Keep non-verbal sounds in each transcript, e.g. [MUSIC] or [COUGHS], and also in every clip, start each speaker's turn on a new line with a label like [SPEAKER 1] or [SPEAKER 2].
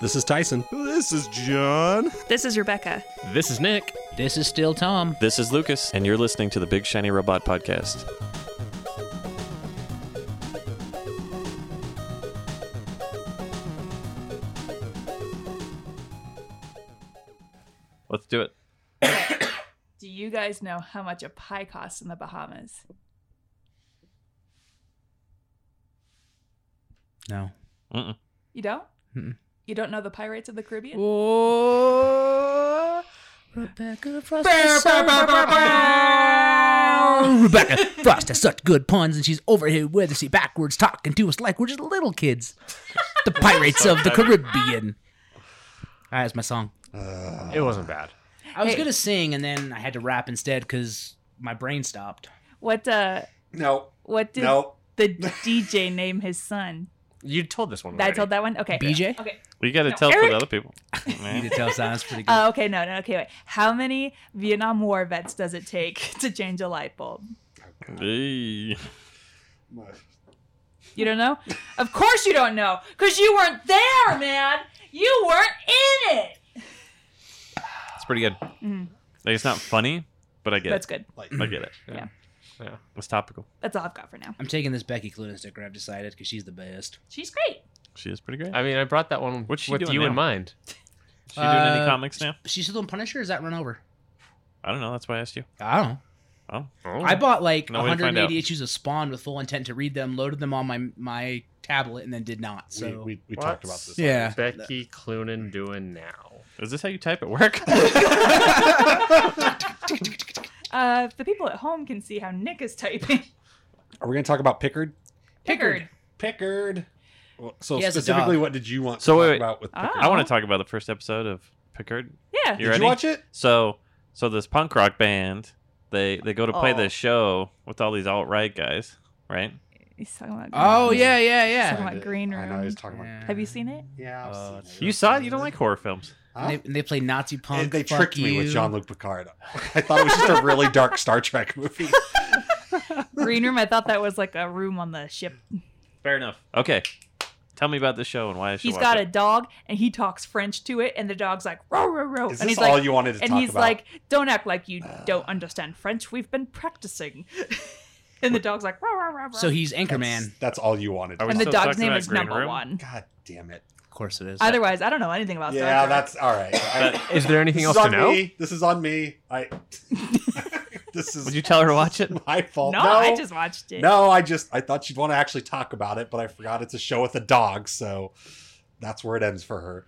[SPEAKER 1] This is Tyson.
[SPEAKER 2] This is John.
[SPEAKER 3] This is Rebecca.
[SPEAKER 4] This is Nick.
[SPEAKER 5] This is still Tom.
[SPEAKER 6] This is Lucas, and you're listening to the Big Shiny Robot Podcast. Let's do it.
[SPEAKER 3] Do you guys know how much a pie costs in the Bahamas?
[SPEAKER 5] No.
[SPEAKER 6] Mm-mm.
[SPEAKER 3] You don't?
[SPEAKER 4] Hmm.
[SPEAKER 5] Mm-mm.
[SPEAKER 3] You don't know the Pirates of the Caribbean?
[SPEAKER 2] Uh,
[SPEAKER 5] Oh, Rebecca Frost is so- Oh, Rebecca Frost has such good puns, and she's over here with us, backwards talking to us like we're just little kids.
[SPEAKER 6] [LAUGHS]
[SPEAKER 5] The Pirates of the Caribbean. Alright, That's my song.
[SPEAKER 6] Uh,
[SPEAKER 4] It wasn't bad.
[SPEAKER 5] I was
[SPEAKER 3] Hey.
[SPEAKER 5] gonna sing, and then I had to rap instead because my brain stopped.
[SPEAKER 3] What uh
[SPEAKER 2] No.
[SPEAKER 3] what did
[SPEAKER 2] No. [LAUGHS]
[SPEAKER 3] the DJ name his son?
[SPEAKER 4] You told this one.
[SPEAKER 3] I
[SPEAKER 4] already.
[SPEAKER 3] told that one? Okay.
[SPEAKER 5] BJ?
[SPEAKER 3] Okay.
[SPEAKER 6] We got to
[SPEAKER 3] No,
[SPEAKER 6] tell for
[SPEAKER 3] Eric!
[SPEAKER 6] the other people.
[SPEAKER 5] You
[SPEAKER 6] Man.
[SPEAKER 5] could tell sounds
[SPEAKER 3] [LAUGHS]
[SPEAKER 5] pretty good.
[SPEAKER 3] Uh, okay, no, no, okay, wait. How many Vietnam War vets does it take [LAUGHS] to change a light bulb?
[SPEAKER 6] Hey.
[SPEAKER 3] You don't know? of course you don't know, because you weren't there, man. You weren't in it.
[SPEAKER 6] It's pretty good. Like, it's not funny, but I get
[SPEAKER 3] Mm. That's
[SPEAKER 6] it.
[SPEAKER 3] good.
[SPEAKER 6] I get it.
[SPEAKER 3] Yeah.
[SPEAKER 4] Yeah.
[SPEAKER 6] It's topical.
[SPEAKER 3] That's all I've got for now.
[SPEAKER 5] I'm taking this Becky Clunan sticker. I've decided because she's the best.
[SPEAKER 3] She's great.
[SPEAKER 6] She is pretty great.
[SPEAKER 4] I mean, I brought that one
[SPEAKER 6] What's she
[SPEAKER 4] with
[SPEAKER 6] doing
[SPEAKER 4] you
[SPEAKER 6] now?
[SPEAKER 4] in mind.
[SPEAKER 6] Is she doing any
[SPEAKER 5] Uh,
[SPEAKER 6] comics now?
[SPEAKER 5] She's still in Punisher. Or is that run over?
[SPEAKER 6] I don't know. That's why I asked you.
[SPEAKER 5] I don't know.
[SPEAKER 6] Oh,
[SPEAKER 4] Oh.
[SPEAKER 5] I bought like
[SPEAKER 6] No way to find
[SPEAKER 5] 180
[SPEAKER 6] out.
[SPEAKER 5] issues of Spawn with full intent to read them, loaded them on my my tablet, and then did not. So
[SPEAKER 2] we we, we
[SPEAKER 4] What?
[SPEAKER 2] talked about this.
[SPEAKER 5] yeah,
[SPEAKER 4] Becky Cloonan doing now.
[SPEAKER 6] is this how you type
[SPEAKER 3] [LAUGHS]
[SPEAKER 6] at work?
[SPEAKER 3] Uh, the people at home can see how Nick is typing.
[SPEAKER 2] Are we going to talk about Pickard?
[SPEAKER 3] Pickard.
[SPEAKER 2] Pickard. Well, So
[SPEAKER 5] He has a
[SPEAKER 2] specifically,
[SPEAKER 5] dog.
[SPEAKER 2] what did you want
[SPEAKER 6] So
[SPEAKER 2] to
[SPEAKER 6] wait,
[SPEAKER 2] talk
[SPEAKER 6] wait.
[SPEAKER 2] about with
[SPEAKER 3] Ah.
[SPEAKER 2] Pickard?
[SPEAKER 6] I want to talk about the first episode of Picard.
[SPEAKER 3] Yeah.
[SPEAKER 2] Did
[SPEAKER 6] You ready?
[SPEAKER 2] you watch it?
[SPEAKER 6] So, so this punk rock band, they they go to play
[SPEAKER 3] Oh.
[SPEAKER 6] this show with all these alt right guys, right?
[SPEAKER 3] He's talking about
[SPEAKER 5] Oh yeah, yeah,
[SPEAKER 3] Talking
[SPEAKER 5] yeah.
[SPEAKER 3] about Green
[SPEAKER 2] I know
[SPEAKER 3] Room.
[SPEAKER 2] he's talking about.
[SPEAKER 5] Yeah.
[SPEAKER 3] Have you seen it?
[SPEAKER 2] Yeah, I've
[SPEAKER 6] Uh,
[SPEAKER 2] seen
[SPEAKER 6] you saw it. You don't like horror films.
[SPEAKER 2] Huh?
[SPEAKER 5] And they, and they play Nazi punk.
[SPEAKER 2] And they
[SPEAKER 5] fuck
[SPEAKER 2] tricked me
[SPEAKER 5] you.
[SPEAKER 2] with Jean Luc Picard. I thought it was just a really dark Star Trek movie.
[SPEAKER 3] [LAUGHS] Green Room. I thought that was like a room on the ship.
[SPEAKER 6] Fair enough. Okay, tell me about the show and why I should
[SPEAKER 3] He's
[SPEAKER 6] watch
[SPEAKER 3] got a
[SPEAKER 6] it.
[SPEAKER 3] dog and he talks French to it, and the dog's like row row row,
[SPEAKER 2] Is
[SPEAKER 3] and
[SPEAKER 2] this
[SPEAKER 3] he's
[SPEAKER 2] all
[SPEAKER 3] like,
[SPEAKER 2] you wanted to
[SPEAKER 3] and
[SPEAKER 2] talk
[SPEAKER 3] he's
[SPEAKER 2] about?
[SPEAKER 3] like, don't act like you don't understand French. We've been practicing. [LAUGHS] and the dog's like row row row. row.
[SPEAKER 5] So he's
[SPEAKER 2] that's,
[SPEAKER 5] Anchorman.
[SPEAKER 2] that's all you wanted.
[SPEAKER 6] Are we
[SPEAKER 3] and the
[SPEAKER 6] still
[SPEAKER 3] dog's
[SPEAKER 6] talking
[SPEAKER 3] name
[SPEAKER 6] about
[SPEAKER 3] is
[SPEAKER 6] Green
[SPEAKER 3] number
[SPEAKER 6] Room?
[SPEAKER 3] one.
[SPEAKER 2] God damn it.
[SPEAKER 5] Of course it is.
[SPEAKER 3] Otherwise, I don't know anything about
[SPEAKER 2] Yeah,
[SPEAKER 3] Oh, Star Trek.
[SPEAKER 2] that's all right. I-
[SPEAKER 4] Is there anything
[SPEAKER 2] this
[SPEAKER 4] else
[SPEAKER 2] is
[SPEAKER 4] to
[SPEAKER 2] on
[SPEAKER 4] know?
[SPEAKER 2] me. This is on me. I. [LAUGHS] this is
[SPEAKER 6] Would you tell her to watch it?
[SPEAKER 2] [LAUGHS]
[SPEAKER 6] [LAUGHS]
[SPEAKER 2] my fault.
[SPEAKER 3] no, I just watched it.
[SPEAKER 2] No, I just I thought she'd want to actually talk about it, but I forgot it's a show with a dog, so that's where it ends for her.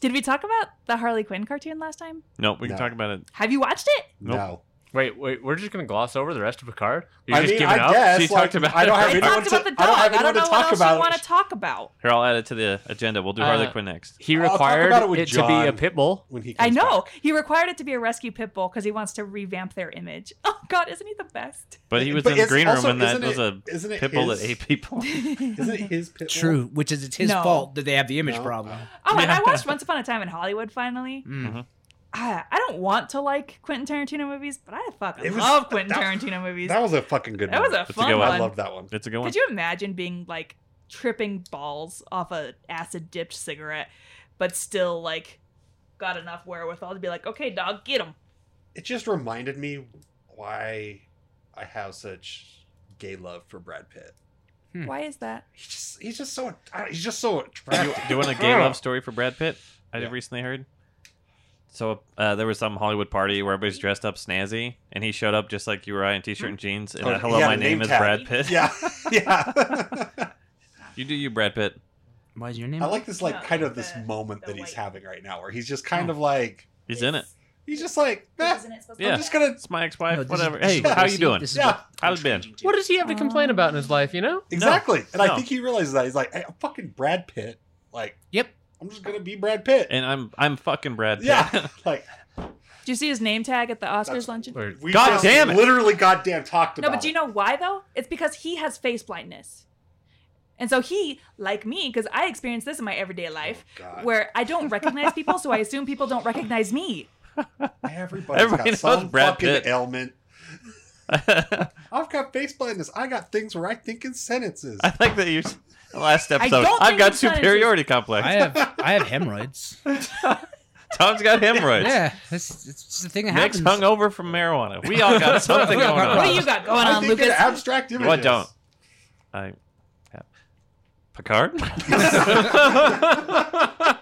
[SPEAKER 3] Did we talk about the Harley Quinn cartoon last time?
[SPEAKER 6] No, we can
[SPEAKER 2] No.
[SPEAKER 6] talk about it.
[SPEAKER 3] Have you watched it?
[SPEAKER 6] Nope.
[SPEAKER 2] No,
[SPEAKER 4] Wait, wait. We're just gonna gloss over the rest of Picard. You're
[SPEAKER 2] I
[SPEAKER 4] just
[SPEAKER 2] mean,
[SPEAKER 4] giving
[SPEAKER 2] I
[SPEAKER 4] up.
[SPEAKER 2] guess
[SPEAKER 6] She
[SPEAKER 2] like,
[SPEAKER 6] talked about
[SPEAKER 2] I don't
[SPEAKER 6] it.
[SPEAKER 2] have
[SPEAKER 3] We
[SPEAKER 2] anyone
[SPEAKER 3] talked
[SPEAKER 2] to,
[SPEAKER 3] about the dog.
[SPEAKER 2] I don't have anyone
[SPEAKER 3] know
[SPEAKER 2] to
[SPEAKER 3] what
[SPEAKER 2] talk
[SPEAKER 3] else
[SPEAKER 2] about.
[SPEAKER 3] you want to talk about.
[SPEAKER 6] Here, I'll add it to the agenda. We'll do Harley
[SPEAKER 4] Uh,
[SPEAKER 6] Quinn next.
[SPEAKER 4] He
[SPEAKER 2] I'll talk
[SPEAKER 4] required
[SPEAKER 2] about it with
[SPEAKER 4] it, to be a
[SPEAKER 2] John.
[SPEAKER 4] pit bull.
[SPEAKER 2] when he
[SPEAKER 3] I
[SPEAKER 2] comes
[SPEAKER 3] know.
[SPEAKER 2] back.
[SPEAKER 3] He required it to be a rescue pit bull because he wants to revamp their image. [LAUGHS] Oh, God, isn't he the best?
[SPEAKER 2] [LAUGHS]
[SPEAKER 6] But he was
[SPEAKER 2] But
[SPEAKER 6] in the
[SPEAKER 2] it's
[SPEAKER 6] green
[SPEAKER 2] also-
[SPEAKER 6] room, and
[SPEAKER 2] isn't
[SPEAKER 6] that was a
[SPEAKER 2] it- isn't it
[SPEAKER 6] pit bull
[SPEAKER 2] his-
[SPEAKER 6] that ate people.
[SPEAKER 2] [LAUGHS] Isn't
[SPEAKER 6] [LAUGHS]
[SPEAKER 2] it his pit? bull?
[SPEAKER 5] True, which is it's his
[SPEAKER 3] No.
[SPEAKER 5] fault that they have the image
[SPEAKER 2] No.
[SPEAKER 5] problem.
[SPEAKER 3] [LAUGHS] Oh, and I watched Once Upon a Time in Hollywood finally.
[SPEAKER 2] Mm-hmm.
[SPEAKER 5] Mm.
[SPEAKER 3] I, I don't want to like Quentin Tarantino movies, but I fucking
[SPEAKER 2] It was-
[SPEAKER 3] love Quentin
[SPEAKER 2] that-
[SPEAKER 3] Tarantino movies.
[SPEAKER 2] That was a fucking good.
[SPEAKER 3] That
[SPEAKER 2] one.
[SPEAKER 3] was a
[SPEAKER 6] That's a
[SPEAKER 3] fun
[SPEAKER 6] good one.
[SPEAKER 3] one.
[SPEAKER 2] I loved that one.
[SPEAKER 6] It's a good one.
[SPEAKER 3] Could you imagine being like tripping balls off a acid dipped cigarette, but still like got enough wherewithal to be like, okay, dog, get him.
[SPEAKER 2] It just reminded me why I have such gay love for Brad Pitt.
[SPEAKER 5] Hmm.
[SPEAKER 3] Why is that?
[SPEAKER 2] He's just he's just so he's just so
[SPEAKER 6] Do you,
[SPEAKER 2] attractive.
[SPEAKER 6] do you want a gay love story for Brad Pitt? I
[SPEAKER 2] Yeah.
[SPEAKER 6] recently heard. So uh, there was some Hollywood party where everybody's dressed up snazzy, and he showed up just like you or I in t-shirt and jeans. And
[SPEAKER 2] Oh,
[SPEAKER 6] uh, hello,
[SPEAKER 2] he had
[SPEAKER 6] my
[SPEAKER 2] a
[SPEAKER 6] name,
[SPEAKER 2] name
[SPEAKER 6] is
[SPEAKER 2] tag.
[SPEAKER 6] Brad
[SPEAKER 3] [LAUGHS]
[SPEAKER 6] Pitt.
[SPEAKER 2] Yeah, yeah.
[SPEAKER 6] [LAUGHS] you do you, Brad Pitt.
[SPEAKER 5] Why is your name?
[SPEAKER 2] I like this, like,
[SPEAKER 3] No,
[SPEAKER 2] kind of
[SPEAKER 3] the-
[SPEAKER 2] this moment
[SPEAKER 3] the
[SPEAKER 2] that he's
[SPEAKER 3] white-
[SPEAKER 2] having right now, where he's just kind of like,
[SPEAKER 6] He's in it.
[SPEAKER 2] he's just like, "Nah,
[SPEAKER 3] Isn't it supposed
[SPEAKER 6] Yeah.
[SPEAKER 2] I'm just gonna,
[SPEAKER 6] It's my
[SPEAKER 5] No,
[SPEAKER 6] ex-wife.
[SPEAKER 5] this is-
[SPEAKER 6] whatever.
[SPEAKER 5] this is
[SPEAKER 6] hey,
[SPEAKER 5] what
[SPEAKER 6] how
[SPEAKER 5] we
[SPEAKER 6] you
[SPEAKER 5] see.
[SPEAKER 6] doing?
[SPEAKER 5] This is
[SPEAKER 2] Yeah.
[SPEAKER 5] what
[SPEAKER 6] How's
[SPEAKER 5] we're
[SPEAKER 6] it been?
[SPEAKER 5] changing to.
[SPEAKER 4] What does he have to complain about in his life? You know?
[SPEAKER 2] exactly. And
[SPEAKER 6] no.
[SPEAKER 2] I think he realizes that he's like, "Hey, I'm fucking Brad Pitt. Like,
[SPEAKER 5] Yep.
[SPEAKER 2] I'm just gonna be Brad Pitt.
[SPEAKER 6] And I'm I'm fucking Brad
[SPEAKER 2] [LAUGHS]
[SPEAKER 6] Pitt. [LAUGHS]
[SPEAKER 2] yeah, [LAUGHS] like
[SPEAKER 3] Did you see his name tag at the Oscars
[SPEAKER 2] That's-
[SPEAKER 3] luncheon?
[SPEAKER 2] [LAUGHS]
[SPEAKER 4] Or-
[SPEAKER 2] we
[SPEAKER 6] God
[SPEAKER 2] just
[SPEAKER 6] damn it.
[SPEAKER 2] literally, goddamn talked
[SPEAKER 3] No,
[SPEAKER 2] about.
[SPEAKER 3] but do you know why though? It's because he has face blindness. And so he, like me, because I experience this in my everyday life,
[SPEAKER 2] Oh, God.
[SPEAKER 3] where I don't recognize people, so I assume people don't recognize me.
[SPEAKER 2] everybody
[SPEAKER 6] Everybody
[SPEAKER 2] got
[SPEAKER 6] knows
[SPEAKER 2] some
[SPEAKER 6] Brad
[SPEAKER 2] fucking
[SPEAKER 6] Pitt.
[SPEAKER 2] ailment.
[SPEAKER 6] I
[SPEAKER 2] I've got face blindness. I got things where I think in sentences.
[SPEAKER 6] like that you. Last episode,
[SPEAKER 3] don't
[SPEAKER 6] I've
[SPEAKER 3] think
[SPEAKER 6] got
[SPEAKER 3] it's science.
[SPEAKER 6] superiority complex.
[SPEAKER 5] I have I have
[SPEAKER 6] [LAUGHS]
[SPEAKER 5] hemorrhoids.
[SPEAKER 6] Tom's got hemorrhoids.
[SPEAKER 5] Yeah, it's, it's just a thing that
[SPEAKER 6] Nick's
[SPEAKER 5] happens.
[SPEAKER 6] hungover from marijuana. We
[SPEAKER 5] [LAUGHS]
[SPEAKER 6] all got something
[SPEAKER 5] We all
[SPEAKER 6] going
[SPEAKER 5] got-
[SPEAKER 6] on.
[SPEAKER 3] What do you got going
[SPEAKER 2] I
[SPEAKER 3] on,
[SPEAKER 2] think in
[SPEAKER 3] Lucas?
[SPEAKER 2] abstract images.
[SPEAKER 6] No, I don't. I have
[SPEAKER 5] [LAUGHS]
[SPEAKER 6] Picard.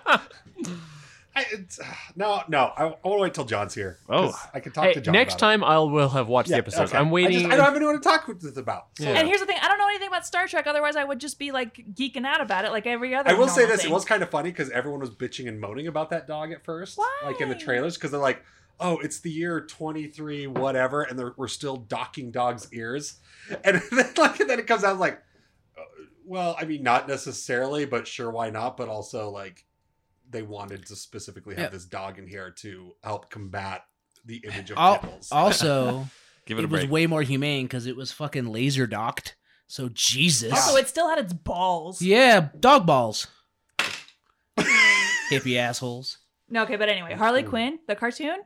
[SPEAKER 2] I, it's, [SIGHS] no, no. I, I want to wait till John's here. 'cause
[SPEAKER 6] Oh.
[SPEAKER 2] I can talk
[SPEAKER 4] Hey,
[SPEAKER 2] to John.
[SPEAKER 4] next
[SPEAKER 2] about it.
[SPEAKER 4] time I will have watched the episodes.
[SPEAKER 2] okay.
[SPEAKER 4] I'm
[SPEAKER 2] I,
[SPEAKER 4] waiting.
[SPEAKER 2] just- I don't have anyone to talk with this about. So-
[SPEAKER 4] Yeah.
[SPEAKER 3] And here's the thing: I don't know anything about Star Trek. Otherwise, I would just be like geeking out about it, like every other.
[SPEAKER 2] I will say
[SPEAKER 3] normal
[SPEAKER 2] this:
[SPEAKER 3] thing.
[SPEAKER 2] it was kind of funny because everyone was bitching and moaning about that dog at first, like in the
[SPEAKER 3] Why?
[SPEAKER 2] trailers, because they're like, "Oh, it's the year twenty three, whatever," and they're, we're still docking dogs' ears, [LAUGHS] and then like and then it comes out like, uh, well, I mean, not necessarily, but sure, why not? But also like, they wanted to specifically have
[SPEAKER 5] Yeah.
[SPEAKER 2] this dog in here to help combat the image of
[SPEAKER 5] Al-
[SPEAKER 2] nipples.
[SPEAKER 3] [LAUGHS]
[SPEAKER 5] Also,
[SPEAKER 6] Give
[SPEAKER 5] it,
[SPEAKER 6] it a
[SPEAKER 5] was
[SPEAKER 6] break.
[SPEAKER 5] way more humane because it was fucking laser docked. So Jesus.
[SPEAKER 3] Also, it still had Oh, its balls.
[SPEAKER 5] yeah, dog balls. [LAUGHS] Hippie assholes.
[SPEAKER 3] No, okay, but anyway, Harley Quinn, the cartoon.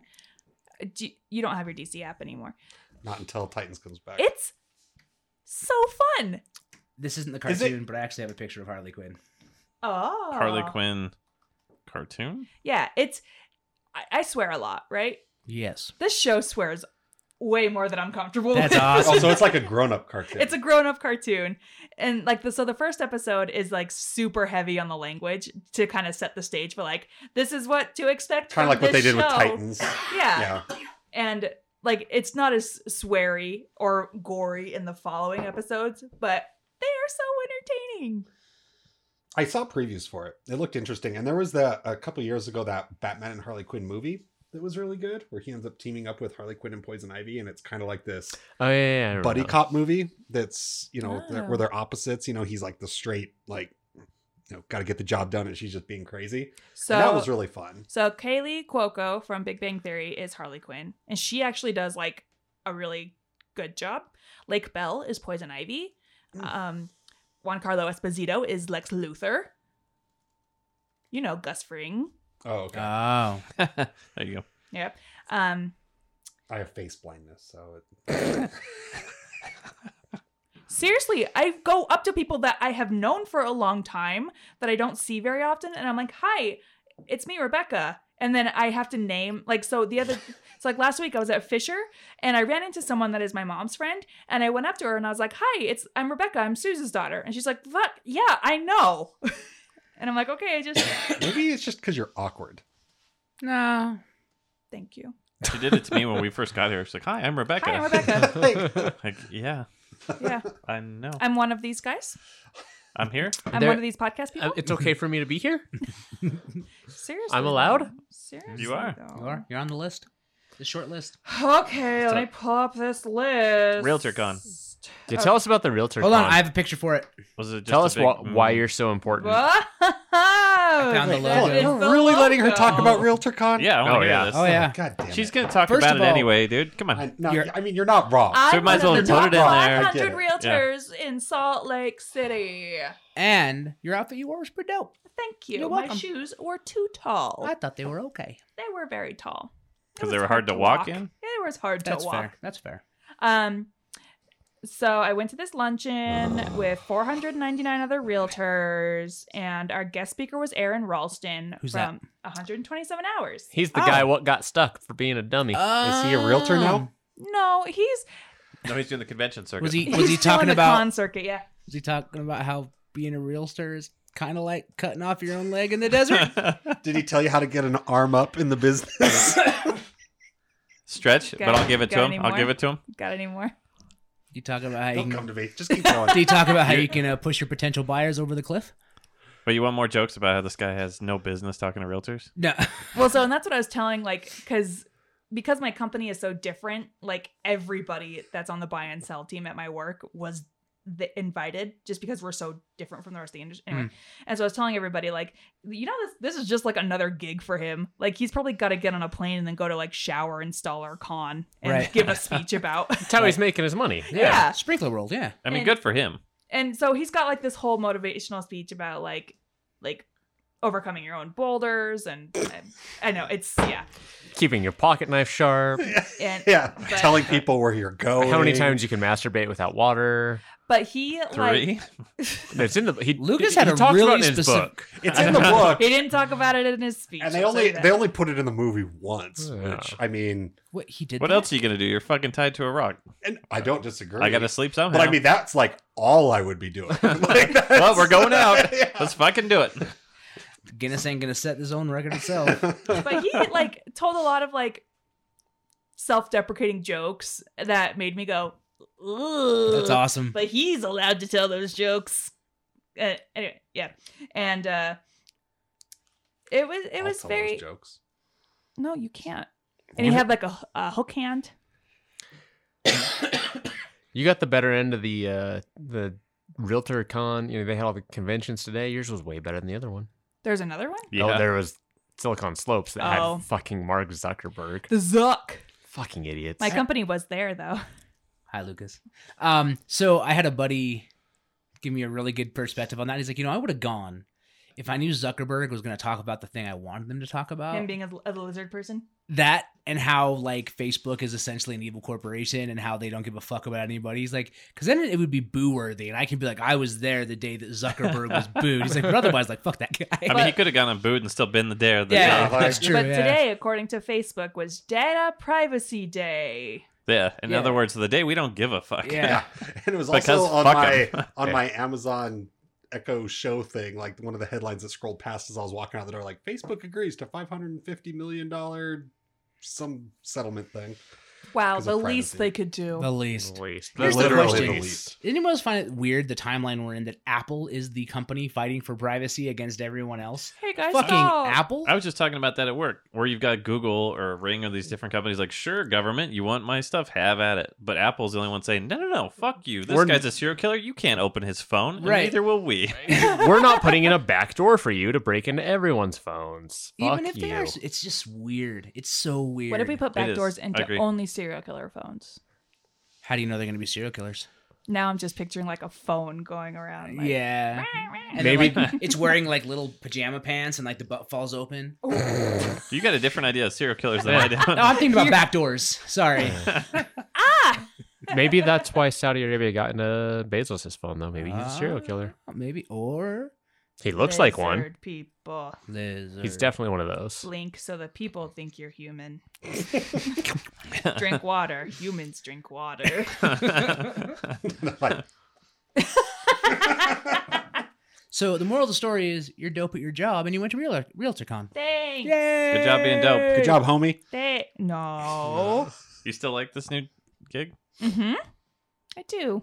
[SPEAKER 3] Do, you don't have your DC app anymore.
[SPEAKER 2] not until Titans comes back.
[SPEAKER 3] It's so fun.
[SPEAKER 5] This isn't the
[SPEAKER 2] Is it-
[SPEAKER 5] cartoon, but I actually have a picture of Harley Quinn.
[SPEAKER 3] Oh,
[SPEAKER 6] Harley Quinn cartoon.
[SPEAKER 3] Yeah, it's. I, I swear a lot, right?
[SPEAKER 5] Yes.
[SPEAKER 3] This show swears way more than I'm comfortable
[SPEAKER 5] That's
[SPEAKER 3] with.
[SPEAKER 5] awesome.
[SPEAKER 2] also, Oh, it's like a grown up cartoon.
[SPEAKER 3] [LAUGHS] It's a grown-up cartoon, and like the so the first episode is like super heavy on the language to kind of set the stage for like this is what to expect.
[SPEAKER 2] kind of
[SPEAKER 3] from
[SPEAKER 2] like what they
[SPEAKER 3] this
[SPEAKER 2] did with
[SPEAKER 3] show.
[SPEAKER 2] Titans.
[SPEAKER 3] Yeah.
[SPEAKER 2] Yeah.
[SPEAKER 3] and like it's not as sweary or gory in the following episodes, but they are so entertaining.
[SPEAKER 2] I saw previews for it. It looked interesting, and there was the a couple years ago that Batman and Harley Quinn movie that was really good, where he ends up teaming up with Harley Quinn and Poison Ivy, and it's kind of like this
[SPEAKER 4] oh yeah, yeah, yeah, I remember
[SPEAKER 2] buddy
[SPEAKER 4] that.
[SPEAKER 2] cop movie that's you know that-
[SPEAKER 3] Oh.
[SPEAKER 2] where they're opposites. You know, he's like the straight like you know got to get the job done, and she's just being crazy.
[SPEAKER 3] So
[SPEAKER 2] and that was really fun.
[SPEAKER 3] So Kaylee Cuoco from Big Bang Theory is Harley Quinn, and she actually does like a really good job. Lake Bell is Poison Ivy.
[SPEAKER 2] Mm.
[SPEAKER 3] Um, Juan Carlo Esposito is Lex Luthor. You know Gus Fring.
[SPEAKER 2] Oh, okay.
[SPEAKER 5] Oh.
[SPEAKER 6] there you go.
[SPEAKER 3] Yep. Um,
[SPEAKER 2] I have face blindness, so it... [LAUGHS]
[SPEAKER 3] seriously, I go up to people that I have known for a long time that I don't see very often, and I'm like, "Hi, it's me, Rebecca." And then I have to name like so the other. [LAUGHS] So like last week I was at Fisher and I ran into someone that is my mom's friend and I went up to her and I was like, "Hi, it's I'm Rebecca. I'm Susan's daughter." And she's like, "Fuck, yeah, I know." [LAUGHS] and I'm like, "Okay, I just
[SPEAKER 2] maybe it's just because you're awkward.
[SPEAKER 5] No.
[SPEAKER 3] thank you.
[SPEAKER 6] She did it to me when we first got here. She's like, "Hi, I'm Rebecca."
[SPEAKER 3] Hi, I'm
[SPEAKER 6] [LAUGHS]
[SPEAKER 3] Rebecca.
[SPEAKER 2] Like,
[SPEAKER 6] like, yeah,
[SPEAKER 3] yeah,
[SPEAKER 6] I know. I'm,
[SPEAKER 3] I'm one of these guys.
[SPEAKER 6] here.
[SPEAKER 3] I'm
[SPEAKER 4] There-
[SPEAKER 3] one of these podcast
[SPEAKER 4] Uh,
[SPEAKER 3] people.
[SPEAKER 4] it's okay for me to be here.
[SPEAKER 2] [LAUGHS]
[SPEAKER 3] Seriously,
[SPEAKER 4] I'm allowed?
[SPEAKER 3] though. Seriously,
[SPEAKER 6] are.
[SPEAKER 2] Oh.
[SPEAKER 3] though.
[SPEAKER 5] You are? You're on the list? The short list.
[SPEAKER 3] Okay, let
[SPEAKER 6] So-
[SPEAKER 3] me pull up this list.
[SPEAKER 6] Realtor con.
[SPEAKER 4] Yeah,
[SPEAKER 3] [LAUGHS]
[SPEAKER 4] tell us about the realtor.
[SPEAKER 5] Hold on,
[SPEAKER 4] con.
[SPEAKER 5] I have a picture for it.
[SPEAKER 6] Was it just
[SPEAKER 4] tell
[SPEAKER 6] a
[SPEAKER 4] us
[SPEAKER 6] big-
[SPEAKER 4] wh- why
[SPEAKER 6] mm.
[SPEAKER 4] you're so important.
[SPEAKER 5] found the
[SPEAKER 3] the
[SPEAKER 5] logo.
[SPEAKER 2] Hold on,
[SPEAKER 5] It's
[SPEAKER 2] You're really letting her talk about RealtorCon?
[SPEAKER 6] Yeah, I want
[SPEAKER 4] Oh,
[SPEAKER 6] to hear
[SPEAKER 4] yeah.
[SPEAKER 6] this.
[SPEAKER 5] Oh yeah.
[SPEAKER 2] God damn
[SPEAKER 6] She's
[SPEAKER 2] it.
[SPEAKER 6] gonna talk
[SPEAKER 5] First
[SPEAKER 6] about
[SPEAKER 5] of
[SPEAKER 6] it
[SPEAKER 5] all-
[SPEAKER 6] anyway, dude. Come on.
[SPEAKER 2] I, no,
[SPEAKER 5] You're-
[SPEAKER 2] I mean, you're not wrong.
[SPEAKER 3] I'm
[SPEAKER 6] So we might as
[SPEAKER 3] one
[SPEAKER 6] well
[SPEAKER 3] of the
[SPEAKER 6] put it
[SPEAKER 3] top
[SPEAKER 6] in there.
[SPEAKER 2] I get
[SPEAKER 3] 500
[SPEAKER 2] it.
[SPEAKER 3] realtors in Salt Lake City.
[SPEAKER 5] And your outfit you wore was pretty dope.
[SPEAKER 3] Thank you.
[SPEAKER 5] You're
[SPEAKER 3] My
[SPEAKER 5] welcome.
[SPEAKER 3] shoes were too
[SPEAKER 2] Oh.
[SPEAKER 3] tall.
[SPEAKER 5] I thought they were okay.
[SPEAKER 3] They were very tall. It
[SPEAKER 6] 'Cause they
[SPEAKER 3] was
[SPEAKER 6] were hard to walk in?
[SPEAKER 3] It was hard
[SPEAKER 5] That's
[SPEAKER 3] to walk.
[SPEAKER 5] fair. That's fair.
[SPEAKER 3] Um, so I went to this luncheon with 499 other realtors, and our guest speaker was Aaron Ralston
[SPEAKER 5] Who's
[SPEAKER 3] from 127 Hours.
[SPEAKER 4] He's the
[SPEAKER 5] Oh.
[SPEAKER 4] guy what got stuck for being a dummy.
[SPEAKER 5] Uh,
[SPEAKER 2] Is he a realtor
[SPEAKER 5] Um,
[SPEAKER 2] now?
[SPEAKER 3] No, he's
[SPEAKER 6] No, he's doing the convention
[SPEAKER 2] [LAUGHS]
[SPEAKER 6] circuit.
[SPEAKER 5] Was he
[SPEAKER 3] he's
[SPEAKER 5] was he
[SPEAKER 3] still in
[SPEAKER 5] talking
[SPEAKER 3] the
[SPEAKER 5] about
[SPEAKER 3] con circuit? Yeah.
[SPEAKER 5] was he talking about how being a realtor is kind of like cutting off your own leg in the desert?
[SPEAKER 2] [LAUGHS] Did he tell you how to get an arm up in the business? [LAUGHS]
[SPEAKER 6] Stretch,
[SPEAKER 3] Got-
[SPEAKER 6] but I'll give it to
[SPEAKER 3] got
[SPEAKER 6] him.
[SPEAKER 3] any
[SPEAKER 6] I'll
[SPEAKER 3] more?
[SPEAKER 6] give it to him.
[SPEAKER 3] Got any more?
[SPEAKER 5] you talking about how you
[SPEAKER 2] Don't
[SPEAKER 5] can,
[SPEAKER 2] come to me. Just keep
[SPEAKER 5] [LAUGHS]
[SPEAKER 2] going.
[SPEAKER 5] do you talk about how you can uh, push your potential buyers over the cliff?
[SPEAKER 6] But you want more jokes about how this guy has no business talking to realtors?
[SPEAKER 5] [LAUGHS] No.
[SPEAKER 3] well so and that's what i was telling like because because my company is so different like everybody that's on the buy and sell team at my work was the invited just because we're so different from the rest of the industry anyway and so i was telling everybody like you know this this is just like another gig for him like he's probably got to get on a plane and then go to like shower installer con and
[SPEAKER 5] Right.
[SPEAKER 3] give a speech about [LAUGHS]
[SPEAKER 4] That's how he's making his money.
[SPEAKER 3] Yeah.
[SPEAKER 5] Sprinkler world, yeah.
[SPEAKER 6] I mean,
[SPEAKER 3] And-
[SPEAKER 6] good for him.
[SPEAKER 3] and so he's got like this whole motivational speech about like like overcoming your own boulders and, and I know it's yeah.
[SPEAKER 4] Keeping your pocket knife sharp.
[SPEAKER 3] And
[SPEAKER 2] Yeah,
[SPEAKER 3] But-
[SPEAKER 2] telling people where you're going.
[SPEAKER 4] How many times you can masturbate without water?
[SPEAKER 3] but he like
[SPEAKER 6] Three.
[SPEAKER 4] It's in the he,
[SPEAKER 5] Lucas
[SPEAKER 4] he-
[SPEAKER 5] had
[SPEAKER 4] he
[SPEAKER 5] a
[SPEAKER 4] talks
[SPEAKER 5] really
[SPEAKER 4] about it in his
[SPEAKER 5] specific-
[SPEAKER 4] book.
[SPEAKER 2] It's in the book,
[SPEAKER 3] he didn't talk about it in his speech.
[SPEAKER 2] and they
[SPEAKER 3] I'll tell
[SPEAKER 2] only
[SPEAKER 3] you that.
[SPEAKER 2] they only put it in the movie once.
[SPEAKER 4] Yeah.
[SPEAKER 2] Which I mean,
[SPEAKER 5] What he did?
[SPEAKER 6] What
[SPEAKER 5] that?
[SPEAKER 6] else are you gonna do? You're fucking tied to a rock.
[SPEAKER 2] and I don't disagree.
[SPEAKER 6] I gotta sleep somehow.
[SPEAKER 2] but I mean, that's like all I would be doing. [LAUGHS] Like, that's-
[SPEAKER 6] well, we're going
[SPEAKER 2] [LAUGHS]
[SPEAKER 6] out.
[SPEAKER 2] Yeah.
[SPEAKER 6] Let's fucking do
[SPEAKER 4] [LAUGHS]
[SPEAKER 6] it.
[SPEAKER 5] Guinness ain't gonna set his own
[SPEAKER 2] [LAUGHS]
[SPEAKER 5] record itself.
[SPEAKER 3] but he like told a lot of like self-deprecating jokes that made me go Ugh.
[SPEAKER 5] That's awesome.
[SPEAKER 3] but he's allowed to tell those jokes uh, anyway yeah and uh it was it
[SPEAKER 2] I'll
[SPEAKER 3] was
[SPEAKER 2] tell those
[SPEAKER 3] very
[SPEAKER 2] jokes.
[SPEAKER 3] no you can't and he had like a, a hook hand
[SPEAKER 4] You got the better end of the uh the realtor con. You know, they had all the conventions today. Yours was way better than the other one.
[SPEAKER 3] there's another one
[SPEAKER 4] Oh, there was Silicon Slopes that
[SPEAKER 3] Oh.
[SPEAKER 4] had fucking Mark Zuckerberg.
[SPEAKER 3] the zuck
[SPEAKER 4] Fucking idiots.
[SPEAKER 3] my company was there though
[SPEAKER 5] Hi, Lucas. Um, so I had a buddy give me a really good perspective on that. He's like, you know, I would have gone if I knew Zuckerberg was going to talk about the thing I wanted them to talk about.
[SPEAKER 3] him being a, a lizard person
[SPEAKER 5] that and how like Facebook is essentially an evil corporation and how they don't give a fuck about anybody. He's like, because then it would be boo worthy, and I can be like, I was there the day that
[SPEAKER 3] [LAUGHS]
[SPEAKER 5] Zuckerberg was booed. He's like, but otherwise, like, fuck that guy.
[SPEAKER 6] I mean, he could have gone and booed and still been the dare. The
[SPEAKER 5] yeah,
[SPEAKER 2] Yeah, like-
[SPEAKER 5] [LAUGHS] that's true.
[SPEAKER 3] but
[SPEAKER 5] yeah.
[SPEAKER 3] today according to facebook was data privacy day
[SPEAKER 6] Yeah. In
[SPEAKER 5] Yeah.
[SPEAKER 6] other words, the day we don't give a fuck.
[SPEAKER 5] Yeah.
[SPEAKER 2] Yeah, [LAUGHS] and it was
[SPEAKER 6] Because
[SPEAKER 2] also on
[SPEAKER 6] fuck
[SPEAKER 2] my
[SPEAKER 6] 'em.
[SPEAKER 2] on
[SPEAKER 6] Yeah.
[SPEAKER 2] my Amazon Echo show thing. Like one of the headlines that scrolled past as I was walking out the door, like Facebook agrees to 550 million dollar some settlement thing.
[SPEAKER 3] wow
[SPEAKER 2] 'Cause
[SPEAKER 3] the
[SPEAKER 2] of
[SPEAKER 3] least
[SPEAKER 2] privacy.
[SPEAKER 3] they could do
[SPEAKER 5] the least.
[SPEAKER 4] At least.
[SPEAKER 5] Here's the
[SPEAKER 2] Literally
[SPEAKER 5] question.
[SPEAKER 2] the least.
[SPEAKER 5] Did anyone else find it weird the timeline we're in that Apple is the company fighting for privacy against everyone else?
[SPEAKER 3] hey guys
[SPEAKER 5] Fucking
[SPEAKER 3] oh.
[SPEAKER 5] Apple.
[SPEAKER 6] I was just talking about that at work, where you've got Google or Ring or these different companies like, sure, government, you want my stuff, have at it. But Apple's the only one saying, no, no, no, fuck you. This
[SPEAKER 4] We're-
[SPEAKER 6] guy's a serial killer. You can't open his phone. and
[SPEAKER 5] Right.
[SPEAKER 6] Neither will we.
[SPEAKER 4] We're not putting in a back door for you to break into everyone's phones. Fuck
[SPEAKER 5] Even if
[SPEAKER 4] you.
[SPEAKER 5] they are, it's just weird. It's so weird.
[SPEAKER 3] What if we put
[SPEAKER 6] It is.
[SPEAKER 3] backdoors
[SPEAKER 6] I
[SPEAKER 3] into
[SPEAKER 6] agree.
[SPEAKER 3] only serial killer phones?
[SPEAKER 5] How do you know they're going to be serial killers?
[SPEAKER 3] Now I'm just picturing like a phone going around. Like, [LAUGHS]
[SPEAKER 5] yeah. And
[SPEAKER 4] Maybe-
[SPEAKER 5] Maybe it's wering like little pajama pants and like the butt falls open.
[SPEAKER 3] Oh,
[SPEAKER 5] No,
[SPEAKER 6] [LAUGHS] You got a different idea of serial killers than I do.
[SPEAKER 5] I'm thinking about back doors. Sorry.
[SPEAKER 3] Ah!
[SPEAKER 4] Maybe that's why Saudi Arabia got into Bezos' phone though. Maybe he's a serial killer.
[SPEAKER 5] Uh, Maybe or
[SPEAKER 4] He looks like one.
[SPEAKER 3] Lizard People
[SPEAKER 5] lizard.
[SPEAKER 4] He's definitely one of those.
[SPEAKER 3] blink so that people think you're human.
[SPEAKER 5] [LAUGHS]
[SPEAKER 3] drink water. Humans drink
[SPEAKER 5] [LAUGHS]
[SPEAKER 3] water.
[SPEAKER 2] [LAUGHS] Like,
[SPEAKER 5] So the moral of the story is you're dope at your job and you went to Real- RealtorCon.
[SPEAKER 3] Thanks.
[SPEAKER 6] [LAUGHS] Good job being dope.
[SPEAKER 2] good job, homie.
[SPEAKER 3] They- no.
[SPEAKER 6] You still like this new gig?
[SPEAKER 3] hmm I do.